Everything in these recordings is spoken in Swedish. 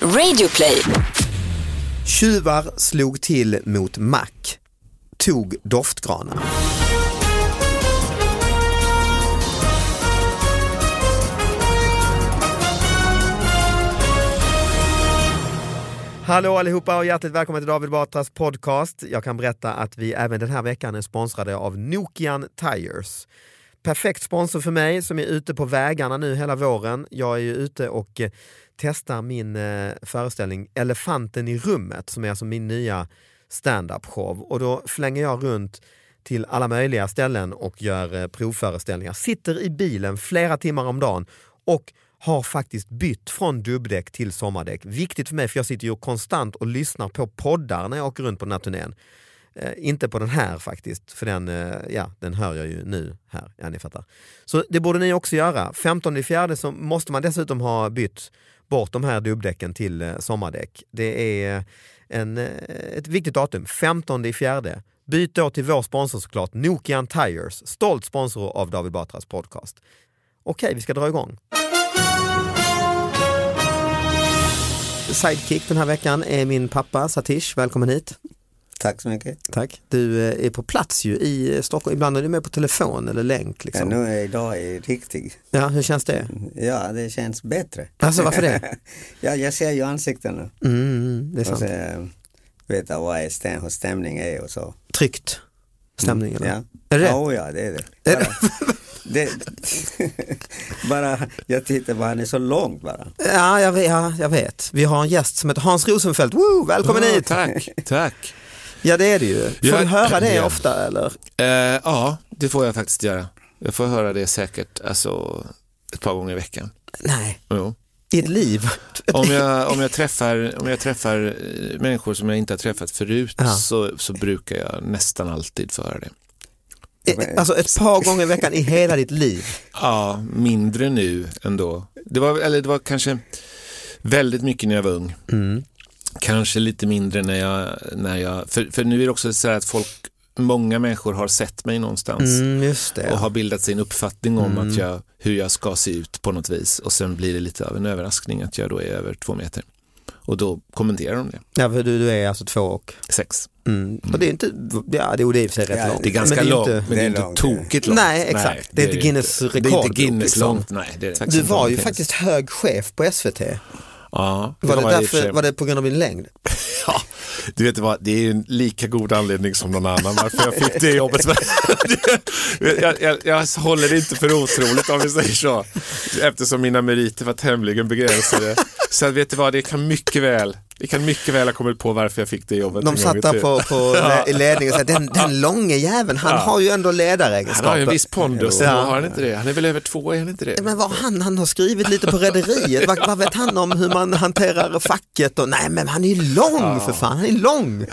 Radioplay. Tjuvar slog till mot mack, tog doftgranar. Hallå allihopa och hjärtligt välkomna till David Batras podcast. Jag kan berätta att vi även den här veckan är sponsrade av Nokian Tires. Perfekt sponsor för mig som är ute på vägarna nu hela våren. Jag är ju ute och eh, testar min eh, föreställning Elefanten i rummet som är alltså min nya standup-show. Och då flänger jag runt till alla möjliga ställen och gör eh, provföreställningar. Sitter i bilen flera timmar om dagen och har faktiskt bytt från dubbdäck till sommardäck. Viktigt för mig för jag sitter ju konstant och lyssnar på poddar när jag åker runt på den här turnén. Eh, inte på den här faktiskt, för den, eh, ja, den hör jag ju nu här. Ja, ni fattar. Så det borde ni också göra. 15 i fjärde så måste man dessutom ha bytt bort de här dubbdäcken till eh, sommardäck. Det är en, eh, ett viktigt datum, 15 i fjärde. Byt då till vår sponsor såklart, Nokian Tires, stolt sponsor av David Batras podcast. Okej, vi ska dra igång. Sidekick den här veckan är min pappa Satish, välkommen hit. Tack så mycket. Tack. Du eh, är på plats ju i eh, Stockholm. Ibland är du med på telefon eller länk. Ja, Liksom. nu Ja, är idag är riktigt. hur känns det? Ja, det känns bättre. Alltså varför det? ja, jag ser ju ansiktena. Mm, det är Och sant. så eh, vet jag vad är stäm hur stämning är och så. Tryckt stämning. eller? Mm, Ja, Är det rätt? ja, oh, ja det är det. Är det- Bara, det bara jag tittar bara, han är så lång bara. Ja, jag, vet- ja, jag vet. Vi har en gäst som heter Hans Rosenfeldt. Woo, välkommen Ja, hit! Tack, tack. Ja, det är det ju. Får Ja, du höra det ja. ofta eller? Eh, ja, det får jag faktiskt göra. Jag får höra det säkert alltså, ett par gånger i veckan. Nej, Jo. i ett liv. Om, jag, om, jag träffar, om jag träffar eh, människor som jag inte har träffat förut Ja. så, så brukar jag nästan alltid få höra det. Eh, Alltså ett par gånger i veckan i hela ditt liv. Ja, mindre nu ändå. Det var, eller det var kanske väldigt mycket när jag var ung. Mm. Kanske lite mindre när jag... När jag för, för nu är det också så här att folk, många människor har sett mig någonstans. Mm, just och det. har bildat sin uppfattning om Mm. att jag, hur jag ska se ut på något vis och sen blir det lite av en överraskning att jag då är över två meter. Och då kommenterar de det. Ja, för du, du är alltså två och... Sex. Mm. Och det är inte, ja det är det i och för sig rätt Ja, långt. Det är ganska Men det är långt, inte- men det är det är inte långt. tokigt långt. Nej, exakt. Det är inte Guinness inte. Det är rekordbok, inte Guinness liksom. långt, nej. Det är det Du faktiskt var inte. ju faktiskt hög chef på SVT. Ja, Var det, jag i och för därför, sig. var det på grund av din längd? Ja, du vet vad, det är ju en lika god anledning som någon annan varför jag fick det jobbet. Men jag, jag, jag håller det inte för otroligt om vi säger så, eftersom mina meriter var tämligen begränsade. Så att, vet du vad, det kan mycket väl det kan mycket väl ha kommit på varför jag fick det jobbet. De en satt gång i där tiden. på, på le- i ledningen och sa den, den långe jäveln, han Ja. har ju ändå ledaregenskaper. Han har ju en viss pondus, Ja. ja. har han inte det? Han är väl över två, är han inte det? Eh, Men vad han, han har skrivit lite på rederiet, vad, vad vet han om hur man hanterar facket? Och, nej men han är ju lång för fan, han är lång.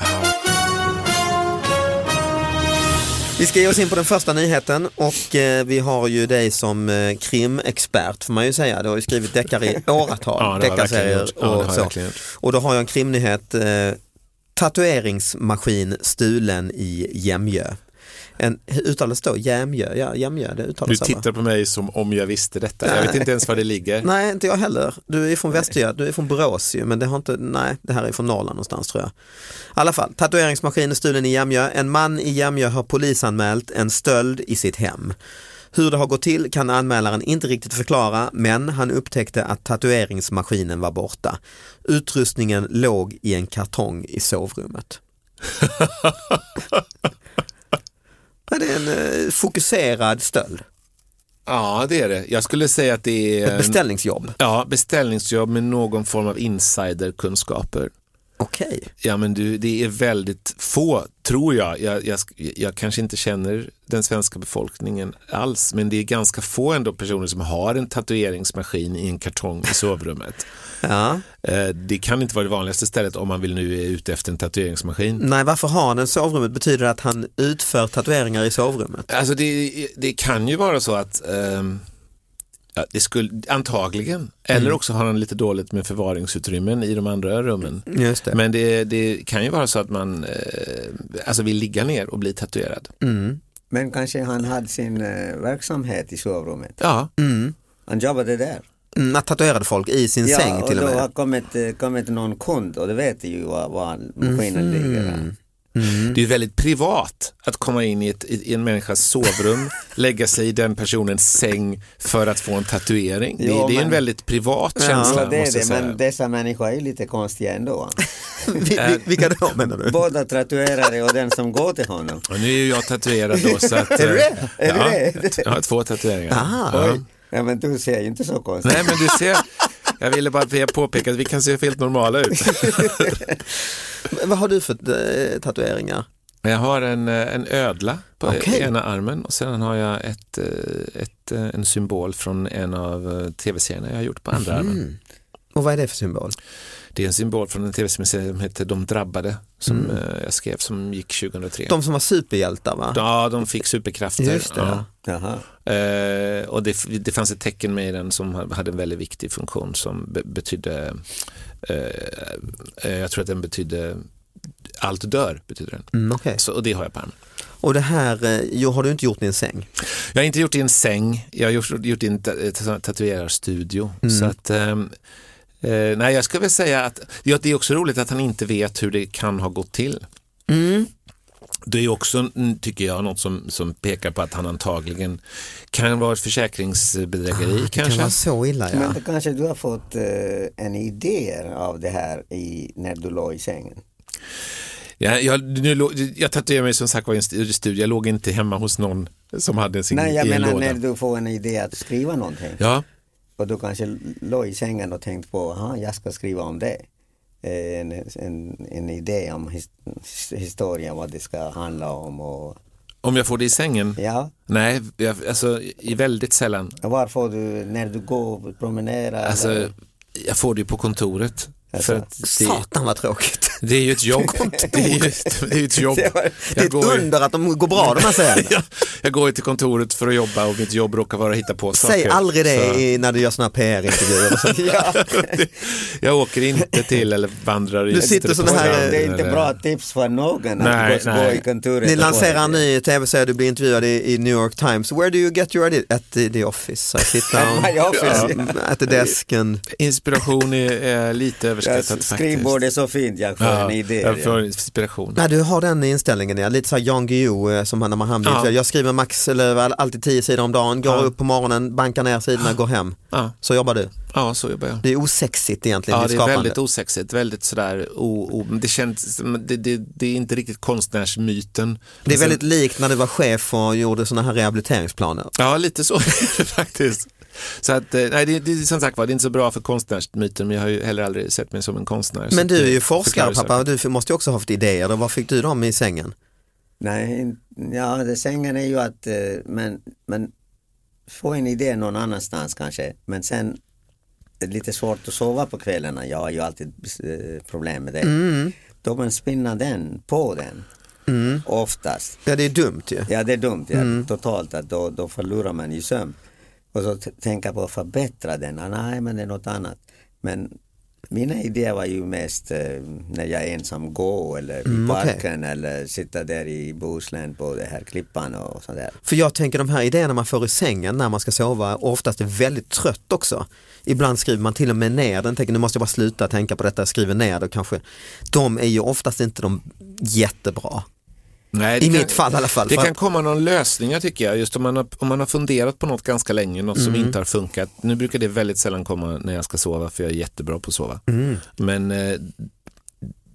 Vi ska ge oss in på den första nyheten och eh, vi har ju dig som eh, krimexpert får man ju säga. Du har ju skrivit deckare i Ja, det har åratal, jag deckarserier verkligen och gjort. Ja, det har jag så. verkligen gjort. Och då har jag en krimnyhet. Eh, tatueringsmaskin stulen i Jämjö. En, hur uttalas det då? Jämjö? Ja, Jämjö, det Du uttalas så, va? tittar på mig som om jag visste detta. Jag vet inte ens var det ligger. Nej, inte jag heller. Du är från Västergötland, du är från Borås ju, men det har inte, nej, det här är från Norrland någonstans tror jag. I alla fall, tatueringsmaskin är stulen i Jämjö. En man i Jämjö har polisanmält en stöld i sitt hem. Hur det har gått till kan anmälaren inte riktigt förklara, men han upptäckte att tatueringsmaskinen var borta. Utrustningen låg i en kartong i sovrummet. Ja, Det är en eh, fokuserad stöld, Ja, det är det. Jag skulle säga att det är... ett beställningsjobb. Ja, beställningsjobb med någon form av insiderkunskaper. Okej. Ja, men du, det är väldigt få, tror jag. Jag, jag. sk- jag kanske inte känner den svenska befolkningen alls, men det är ganska få ändå personer som har en tatueringsmaskin i en kartong i sovrummet. Ja. Eh, det kan inte vara det vanligaste stället om man vill nu är ute efter en tatueringsmaskin. Nej, varför har han en sovrummet betyder det att han utför tatueringar i sovrummet. Alltså det, det kan ju vara så att ehm, ja, det skulle, antagligen, eller också har han lite dåligt med förvaringsutrymmen i de andra rummen. Just Men det, det kan ju vara så att man eh, alltså vill ligga ner och bli tatuerad. Mm. Men kanske han hade sin eh, verksamhet i sovrummet. Ja, Mm. Han jobbade där. Mm, att tatuerade folk i sin säng och till och då med. har kommit, eh, kommit någon kund och då vet ju var, var maskinen ligger. Mm. Det är ju väldigt privat att komma in i, ett, i i en människas sovrum, lägga sig i den personens säng för att få en tatuering. Det, Jo, det är en men- väldigt privat känsla. Ja, det är måste det, jag säga. men dessa människor är ju lite konstiga ändå. va? Vi- vi- Vilka då menar du? Båda tatuerare och den som går till honom. Och nu är ju jag tatuerad då så att... Är du eh, det? Är du ja, det? Jag har två tatueringar. Aha. Ja. Oj, ja, men du ser ju inte så konstig Nej men du ser, jag ville bara påpeka att vi kan se helt normala ut. Men Vad har du för eh, tatueringar? Jag har en, eh, en ödla på Okej. ena armen och sedan har jag ett, eh, ett, eh, en symbol från en av eh, tv-serierna jag har gjort på andra Mhm. armen. Mm. Och vad är det för symbol? Det är en symbol från en tv-serie som heter De drabbade som eh, jag skrev som gick 2003. Mm. De som var superhjältar va? Ja, de fick superkrafter. Just det, ja. Jaha. Eh, och det, f- det fanns ett tecken med i den som ha- hade en väldigt viktig funktion som be- betydde, eh, eh, jag tror att den betydde, allt dör betyder den. Mm, okej. Så, och det har jag på armen. Och det här eh, jo, har du inte gjort i en säng? Jag har inte gjort det i en säng, jag har gjort, gjort det i en ta- eh, ta- tatuerarstudio. Mm. Så att, ehm, eh, nej, jag ska väl säga att ja, det är också roligt att han inte vet hur det kan ha gått till. Mm. Det är också, mm, tycker jag, något som, som pekar på att han antagligen kan vara ett försäkringsbedrägeri Ah, Det kan kanske. vara så illa ja. Men då kanske du har fått eh, en idé av det här i, när du låg i sängen. Jag, jag, nu, lå- jag tatuerade mig som sagt var i en st- studio, jag låg inte hemma hos någon som hade sin Nej, jag i en menar låda. när du får en idé att skriva någonting. Ja, Och du kanske låg i sängen och tänkte på, aha, jag ska skriva om det. Eh, En, en, en idé om his, historien, vad det ska handla om och om jag får det i sängen? ja. Nej, jag, alltså i väldigt sällan. Och Var får du, när du går och promenerar? Alltså, eller- jag får det ju på kontoret. För att det, Satan vad tråkigt. det är ju ett jobb. Det är ju, det är ju ett jobb. Det var- det är Jag ett går, ju- under att de går bra de här serierna. jag, jag går ju till kontoret för att jobba och mitt jobb råkar vara att hitta på saker. Säg aldrig det Så i, när du gör såna här PR-intervjuer. och sånt. jag åker inte till eller vandrar Du sitter på såna här- stranden det är inte eller- bra tips för någon Nej, att gå, gå nej. i kontoret. Ni och få lanserar en en idé. ny tv-serie, du blir intervjuad i, i New York Times. Where do you get your idea? At the, the office. I sit down. My office. Mm, At the desk. And... Inspiration är, är lite Jag överskattat faktiskt. skrivbord är så fint, jag får en idé. Jag ja. får inspiration. Nej, du har den inställningen, ja. lite så här Jan Guillou eh, som han när man hamnar Ja. ja. Jag skriver max eller väl alltid tio sidor om dagen, går Ja. upp på morgonen, bankar ner sidorna, går hem. Ja, Så jobbar du. ja, så jobbar jag. Det är osexigt egentligen, Ja, ditt det är skapande. väldigt osexigt, väldigt sådär, o, o, men det känns, men det, det, det är inte riktigt konstnärsmyten. det är Alltså, väldigt likt när du var chef och gjorde sådana här rehabiliteringsplaner. Ja, lite så är det faktiskt. Så att, eh, nej, det, det är som sagt var, det är inte så bra för konstnärsmyten, men jag har ju heller aldrig sett mig som en konstnär. så Men du att är det ju förklarar forskare sig. pappa, du måste ju också ha haft idéer. Då, var fick du dem i sängen? Nej, in- ja, det sängen är ju att, eh, men, men få en idé någon annanstans kanske, men sen det är lite svårt att sova på kvällarna, jag har ju alltid eh, problem med det. Mm. Då man spinner den på den, oftast. Ja, det är dumt ju. Ja, det är dumt, ja, Mm. totalt, att då, då förlorar man ju sömn. Och så t- tänka på att förbättra den, ah, nej men det är något annat. Men mina idéer var ju mest eh, när jag ensam går eller i Mm, okej. parken eller sitta där i Bohuslän på den här klippan och sådär. För jag tänker de här idéerna man får i sängen när man ska sova och oftast är väldigt trött också. Ibland skriver man till och med ner den, tänker nu måste jag bara sluta tänka på detta, jag skriver ner det kanske. De är ju oftast inte de jättebra. Nej, det I mitt fall i alla fall. Det För kan att- komma någon lösning jag tycker jag, just om man har, om man har funderat på något ganska länge, något som Mm. inte har funkat. Nu brukar det väldigt sällan komma när jag ska sova, för jag är jättebra på att sova. Mm. Men eh,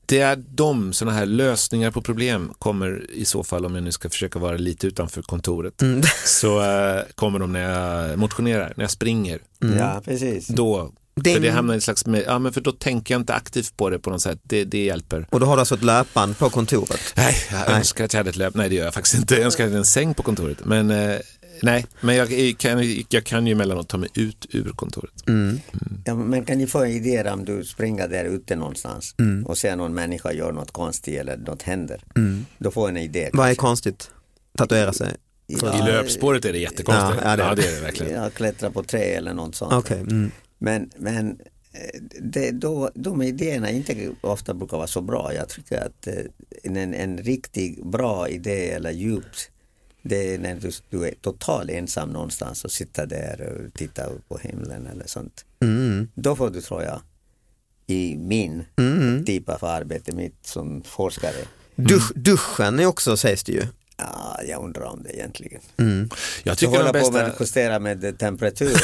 det är de, sådana här lösningar på problem kommer i så fall, om jag nu ska försöka vara lite utanför kontoret, Mm. så eh, kommer de när jag motionerar, när jag springer. Mm. Ja, precis. Då, Det är för det en- hamnar i en slags, ja men för då tänker jag inte aktivt på det på något sätt, det, det hjälper. Och då har du alltså ett löpband på kontoret. Nej, jag önskar att jag hade ett löp. Nej, det gör jag faktiskt inte. Jag önskar att jag hade en säng på kontoret. Men eh, nej, men jag, jag, kan, jag kan ju emellanåt ta mig ut ur kontoret. Mm. Ja, men kan ju få idéer om du springer där ute någonstans Mm. och ser någon människa gör något konstigt eller något händer. Då får en idé. Vad är konstigt? Tatuera sig? I löpspåret är det jättekonstigt. Ja, ja, det är det verkligen. Ja, klättra på trä eller något sånt. Okej. Mm. Men, men eh, det, då, de idéerna inte ofta brukar vara så bra. Jag tycker att eh, en, en riktig bra idé eller djupt Det är när du, du är totalt ensam någonstans och sitter där och tittar upp på himlen eller sånt. Mm. Då får du, tror jag, i min Mm. typ av arbete, mitt som forskare, Dusch, duschen är också, sägs det ju. ja, jag undrar om det egentligen. Mm. Jag Jag tycker håller de på med bästa... att justera med temperaturen.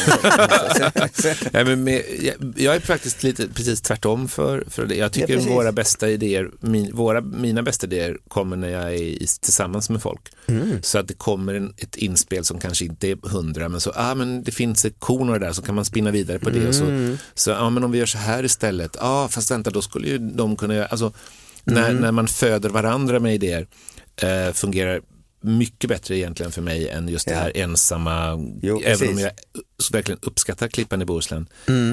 Nej, men med, jag, jag är faktiskt lite precis tvärtom för, för det. Jag tycker precis. våra bästa idéer, min, våra, mina bästa idéer kommer när jag är i, tillsammans med folk. Mm. Så att det kommer en, ett inspel som kanske inte är hundra, men så, ah men det finns ett korn och det där, så kan man spinna vidare på det. Och Mm. så, så, ah men om vi gör så här istället, ah fast vänta, då skulle ju de kunna göra, alltså när, Mm. när man föder varandra med idéer eh, fungerar mycket bättre egentligen för mig än just det Ja. här ensamma, Jo, även om precis. Mm. jag så verkligen uppskattar Klippan i Bohuslän.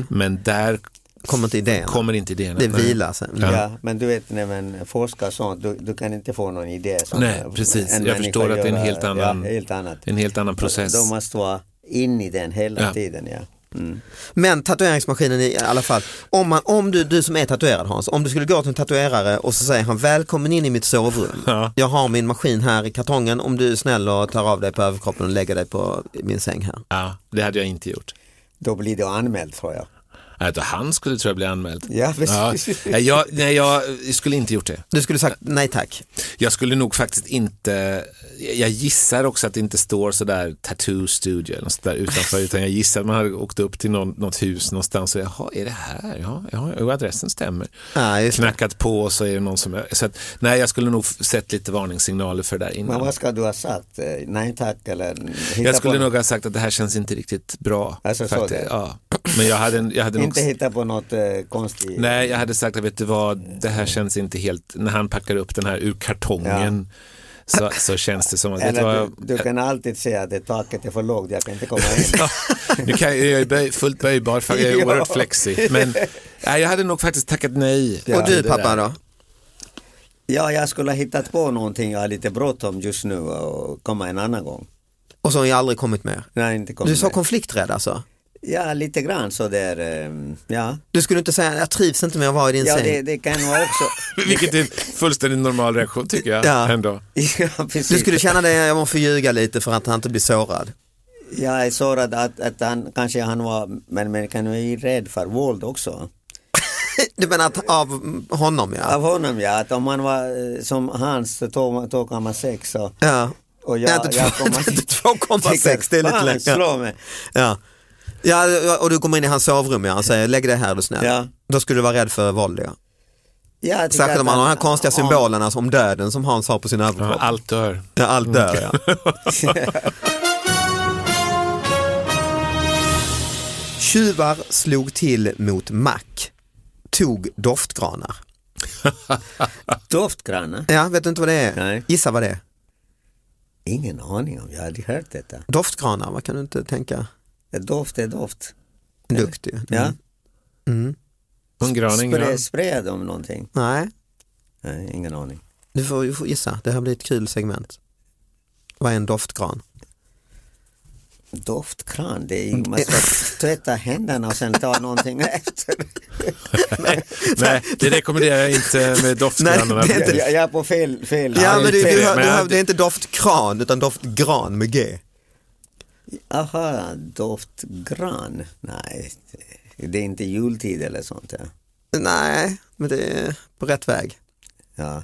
Men där Kommer inte idén. kommer inte idéerna. Det Nej. vilar sig. Ja. Ja, men du vet när man forskar sånt, du, du kan inte få någon idé. Som Nej, precis. en Jag människa förstår att det är en gör, helt annan- Ja, helt annat. En helt annan process. De måste vara in i den hela Ja. tiden. Ja. Mm. Men tatueringsmaskinen i alla fall. Om, man, om du, du som är tatuerad Hans, om du skulle gå till en tatuerare och så säger han välkommen in i mitt sovrum. Ja. Jag har min maskin här i kartongen om du är snäll och tar av dig på överkroppen och lägger dig på min säng här. Ja, det hade jag inte gjort. Då blir du anmäld tror jag. Att han skulle tror jag bli anmäld. Ja, precis. Nej, jag, nej, jag skulle inte gjort det. Du skulle sagt nej tack. Jag skulle nog faktiskt inte, jag gissar också att det inte står sådär tattoo studio eller något sådär utanför, utan jag gissar att man hade åkt upp till någon, något hus någonstans och jaha, är det här? Ja, ja och adressen stämmer. Ja, just det. Knackat på och så är det någon som, så att, nej, jag skulle nog sett lite varningssignaler för det där Men innan. vad ska du ha sagt? Eh, Nej tack eller hitta Jag skulle på nog ha sagt att det här känns inte riktigt bra. Alltså, så faktiskt. det. Ja. Men jag hade, en- jag hade nog... Inte hitta på något eh, konstigt. Nej, jag hade sagt att vet du vad, det här känns inte helt, när han packar upp den här ur kartongen så, så känns det som att, vet du Eller vad, du, du kan alltid säga att det taket är för lågt, jag kan inte komma in. Ja, nu kan jag, jag är böj, fullt böjbar för jag är Ja. oerhört flexig. Men nej, jag hade nog faktiskt tackat nej. och till du det pappa där. då? Ja, jag skulle ha hittat på någonting, jag har lite bråttom just nu och komma en annan gång. Och så har jag aldrig kommit mer. Nej, inte komma Du sa med. konflikträdd alltså? Ja, lite grann så där. ehm, Ja, Du skulle inte säga jag trivs inte med att vara i din ja säng? det, det kan vara också. Vilket är en fullständigt normal reaktion tycker jag Ja. ändå. ja, precis. Du skulle känna dig, jag måste ljuga lite för att han inte blir sårad. Jag är sårad att, att han kanske han var, men man kan ju vara rädd för våld också. Du menar att av honom ja? Av honom ja, att om han var eh, som Hans 2,6 så Ja, och Nej, jag, inte jag två- kommer- inte 2,6, det är lite Fan, längre. slå mig. ja. ja, och du kommer in i hans sovrum ja, och säger lägg dig här du snäll. Ja. Då skulle du vara rädd för våld ja. Ja, jag tycker Särskilt om att man har de här konstiga om- symbolerna som döden som Hans har på sin Ja, överkropp. allt dör. Ja, allt dör ja. 'Tjuvar slog till mot mack, tog doftgranar'. Doftgrannar? Ja, vet du inte vad det är? Nej. Gissa vad det är. Ingen aning om, jag har aldrig hört detta. Doftgranar, vad kan du inte tänka? Doft är doft. Duktig. Ja. Mm. Mm. En gran, en gran. Spray, sprayar de någonting? Nej, Nej, ingen aning. du får, du får gissa. Det här blir ett kul segment. Vad är en doftgran? Doftkran, det är ju, Mm. man ska tvätta händerna och sen ta någonting efter. Nej, det rekommenderar jag inte med doftgranarna. Nej, det är inte- Jag, jag är på fel, fel. Ja, men du, inte du, det, hör- men du, hör- jag- det är inte doftkran utan doftgran med G. Aha, doftgran. Nej, det är inte jultid eller sånt. Ja. Nej, men det är på rätt väg. Ja.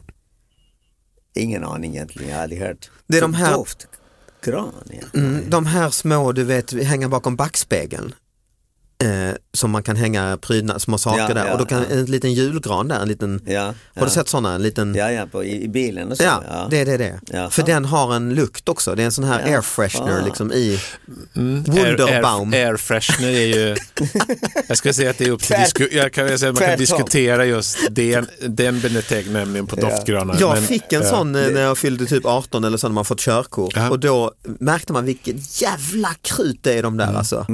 Ingen aning egentligen, jag har aldrig hört. Det är de här- Doftgran, ja. Mm, de här små, du vet, hänga bakom backspegeln. Eh, som man kan hänga prydnad, små saker Ja, där. ja, och då kan ja. en liten julgran där, en liten, ja, ja. har du sett sådana? En liten, ja, Ja, ja, på, i, i bilen och så. det är det. det. Jaha. För den har en lukt också, det är en sån här Ja. air freshener Ah. liksom i. Mm. Wunderbaum. Air, air, air freshener är ju, jag skulle säga att det är upp till disku, jag kan väl säga att man kan Tvärtom. diskutera just den, den benämningen på doftgranar. Jag men- fick en ja. sån eh, när jag fyllde typ 18 eller så när man fått körkort Ja. och då märkte man vilket jävla krut det är de där alltså.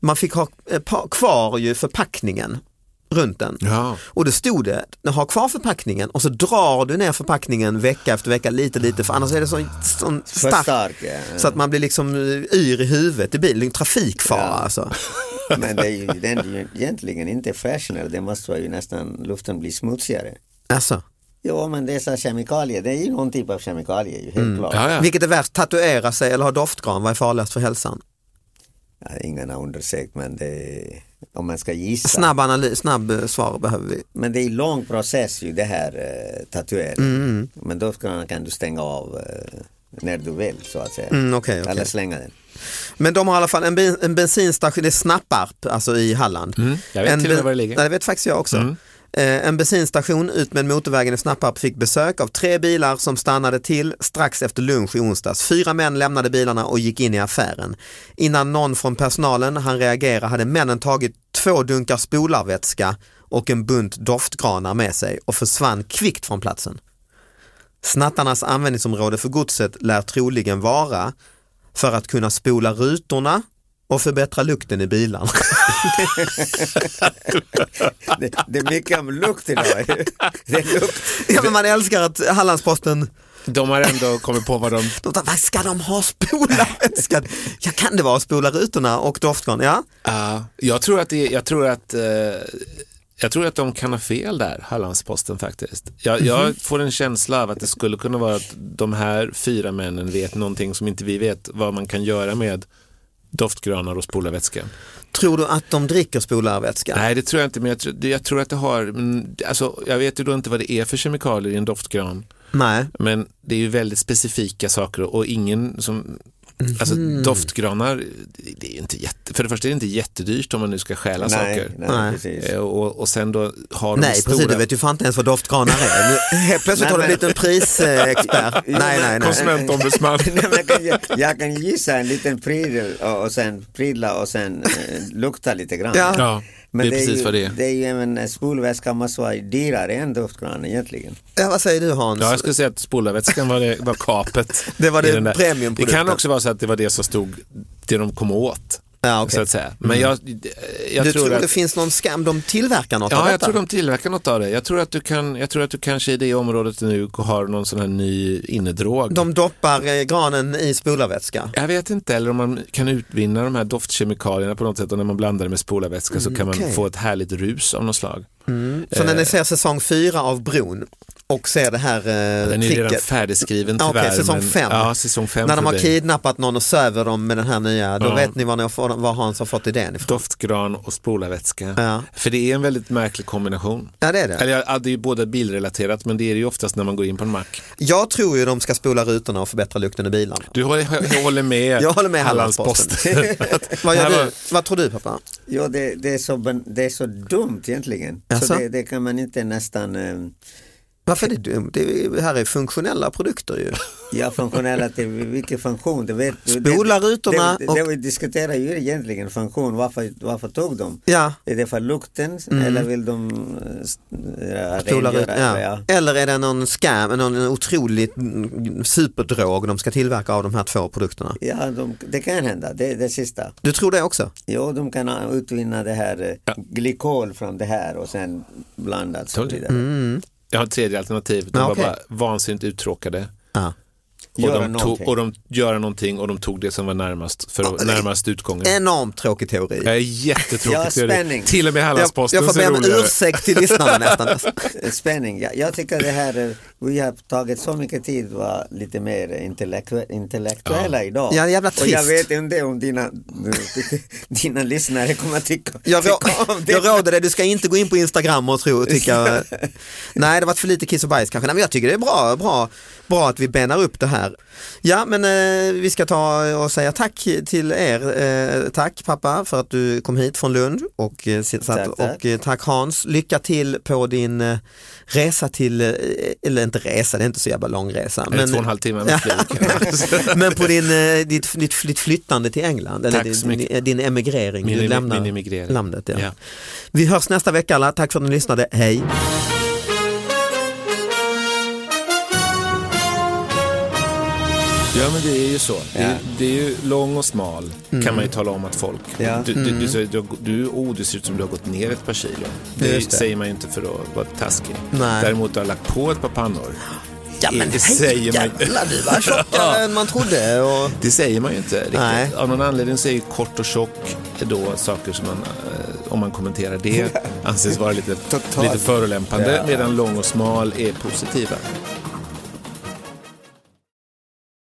Man fick ha eh, pa- kvar ju förpackningen runt den. Ja. Och då stod det, ha kvar förpackningen och så drar du ner förpackningen vecka efter vecka lite lite för annars är det så, sån För stark stark, ja. så att man blir liksom eh, yr i huvudet i bilen, Det är en trafikfara Ja. alltså. Men det är ju, den är ju egentligen inte freshnare, det måste vara ju nästan, luften blir smutsigare. alltså. Jo, men dessa kemikalier, det är ju någon typ av kemikalier, ju, helt Mm, klart. Ja, ja. Vilket är värst, tatuera sig eller ha doftgran? Vad är farligast för hälsan? Ja, ingen har undersökt, men det, om man ska gissa. Snabb analys, snabb eh, svar behöver vi. Men det är en lång process ju det här eh, tatueringen. Mm, Men då kan, kan du stänga av eh, när du vill så att säga. Mm, okej, okej. Eller slänga den. Men de har i alla fall en, ben, en bensinstation, det är Snapparp, alltså i Halland. Mm. jag vet en, till och med ben- var det ligger. Mm. Nej, det vet faktiskt jag också. Eh, en bensinstation ut med motorvägen i Snapparp fick besök av tre bilar som stannade till strax efter lunch i onsdags. Fyra män lämnade bilarna och gick in i affären. Innan någon från personalen han reagera hade männen tagit två dunkar spolarvätska och en bunt doftgranar med sig och försvann kvickt från platsen. Snattarnas användningsområde för godset lär troligen vara för att kunna spola rutorna och förbättra lukten i bilarna. Det, det är mycket om lukt idag. Det är lukt. ja, men man älskar att Hallandsposten, De har ändå kommit på vad de... de tar, vad ska de ha spolarvätska? Ja, kan det vara spola rutorna och doftgran? Ja, Ja, jag tror att, det, jag tror att eh, jag tror att de kan ha fel där, Hallandsposten faktiskt. Jag, Mhm. jag får en känsla av att det skulle kunna vara att de här fyra männen vet någonting som inte vi vet vad man kan göra med doftgranar och spolarvätska. tror du att de dricker spolarvätska? Nej, det tror jag inte, men jag, tror- jag tror att det har, men, alltså, jag vet ju då inte vad det är för kemikalier i en doftgran. Nej. Men det är ju väldigt specifika saker och ingen som Mhm. Alltså doftgranar, det är ju inte jätte, för det första är det inte jättedyrt om man nu ska stjäla Nej, saker. nej, Nej. precis. Eh, Och, och sen då har de Nej, stora... precis, du vet ju fan inte ens vad doftgranar är. Nu, helt plötsligt Nej, har du men- blivit en prisexpert. Nej, nej, nej. Konsumentombudsman. Nej, men jag, kan, ge- jag kan gissa en liten prydel och, och sen prydla och sen eh, lukta lite grann. Ja. Ja, Men det är precis ju, vad det är. Det är ju även en spolväska måste vara dyrare än doftgran egentligen. Ja, vad säger du Hans? Ja, jag skulle säga att spolarvätskan var, det, var kapet. Det var det i den där. Det premiumprodukten. kan också vara så att det var det som stod, det de kom åt. Ja, Ah, okej. Mm. Så att säga. Men jag, jag du tror, att... det finns någon skam, de tillverkar något av Ja, jag detta? tror de tillverkar något av det. Jag tror att du, kan, jag tror att du kanske i det området nu har någon sån här ny innedrog. De doppar eh, granen i spolarvätska. Jag vet inte, eller om man kan utvinna de här doftkemikalierna på något sätt och när man blandar det med spolarvätska så kan man Mm, okej. Mm, få ett härligt rus av något slag. Så när ni Eh. ser säsong fyra av Bron och ser det här eh, Den är ju tricket. redan färdigskriven Ja, tyvärr. okej, säsong men- fem. Ja, säsong fem när de har förbi. kidnappat någon och söver dem med den här nya, då Ja. vet ni var, ni får, var Hans har fått idén ifrån. Doftgran och spolarvätska. Ja. För det är en väldigt märklig kombination. Ja, det är det. Eller ja, det är ju båda bilrelaterat men det är det ju oftast när man går in på en mack. Jag tror ju de ska spola rutorna och förbättra lukten i bilarna. Du håller, jag håller med Jag håller med Hallandsposten. Vad, gör Det här du? Vad tror du pappa? Ja, det, det, är så, ben- det är så dumt egentligen. Jaså? Så det, det kan man inte nästan... Eh, Varför är det dumt? Det, är, det här är funktionella produkter ju. ja, funktionella till vilken funktion? Det vet, du. Det- Spola rutorna Det, det, och- det vi diskuterar ju egentligen funktion. Varför, varför tog de? Ja. Är det för lukten eller vill de eh, s- ja, Spola rengöra? rutorna. Mm. Ja. Ja. Eller är det någon skam, någon otrolig mm, superdrog de ska tillverka av de här två produkterna? Ja, de, det kan hända. Det är det sista. Du tror det också? Jo, de kan eh, utvinna det här eh, glykol från det här och sen blandat. Så Tror du? vidare. Mm. Jag har ett tredje alternativ. De Ja, var okej. bara vansinnigt uttråkade. Ja. Och Göra de, någonting. tog, och de göra någonting och de tog det som var närmast, för, närmast utgången. Enormt tråkig teori. Jag är jättetråkig Ja, teori. spänning. Till och med Jag, Hallandsposten jag får be ser om roligare. ursäkt till lyssnarna nästan. Eh, spänning. Jag, jag tycker det här, eh, vi har tagit så mycket tid att vara lite mer intellektu intellektuella idag. Ja, jävla Och jag trist. vet inte om dina, dina lyssnare kommer att tycka, Jag, rå, tycka om det. jag råder dig, du ska inte gå in på Instagram och tro och tycka, nej det var för lite kiss och bajs kanske. Nej, men jag tycker det är bra, bra, bra att vi benar upp det här. Ja men eh, vi ska ta och säga tack till er. Eh, tack pappa för att du kom hit från Lund och eh, satt Tack, tack. och eh, tack Hans. Lycka till på din eh, resa till, eh, eller inte resa, det är inte så jävla lång resa. Det är två och en halv timme med flyg. men på din, eh, ditt, ditt, ditt flyttande till England, eller Tack så din, mycket. din, din emigrering, Min du em- lämnar min emigrering. landet. Ja. Ja. Vi hörs nästa vecka alla, tack för att ni lyssnade, hej! Ja men det är ju så. Det, är, det är ju lång och smal Mm. kan man ju tala om att folk. Ja. Du, du, du, säger, du, har- du, oh, du ser ut som du har gått ner ett par kilo. Det, Just det. säger man ju inte för att vara taskig. Nej. Däremot du har lagt på ett par pannor. Ja men det säger man inte. jävlar du var tjockare än man trodde. Och... Det säger man ju inte riktigt. Nej. Av någon anledning så är ju kort och tjock då saker som man, eh, om man kommenterar det, anses vara lite, Totalt. lite förolämpande. Ja. Medan lång och smal är positiva.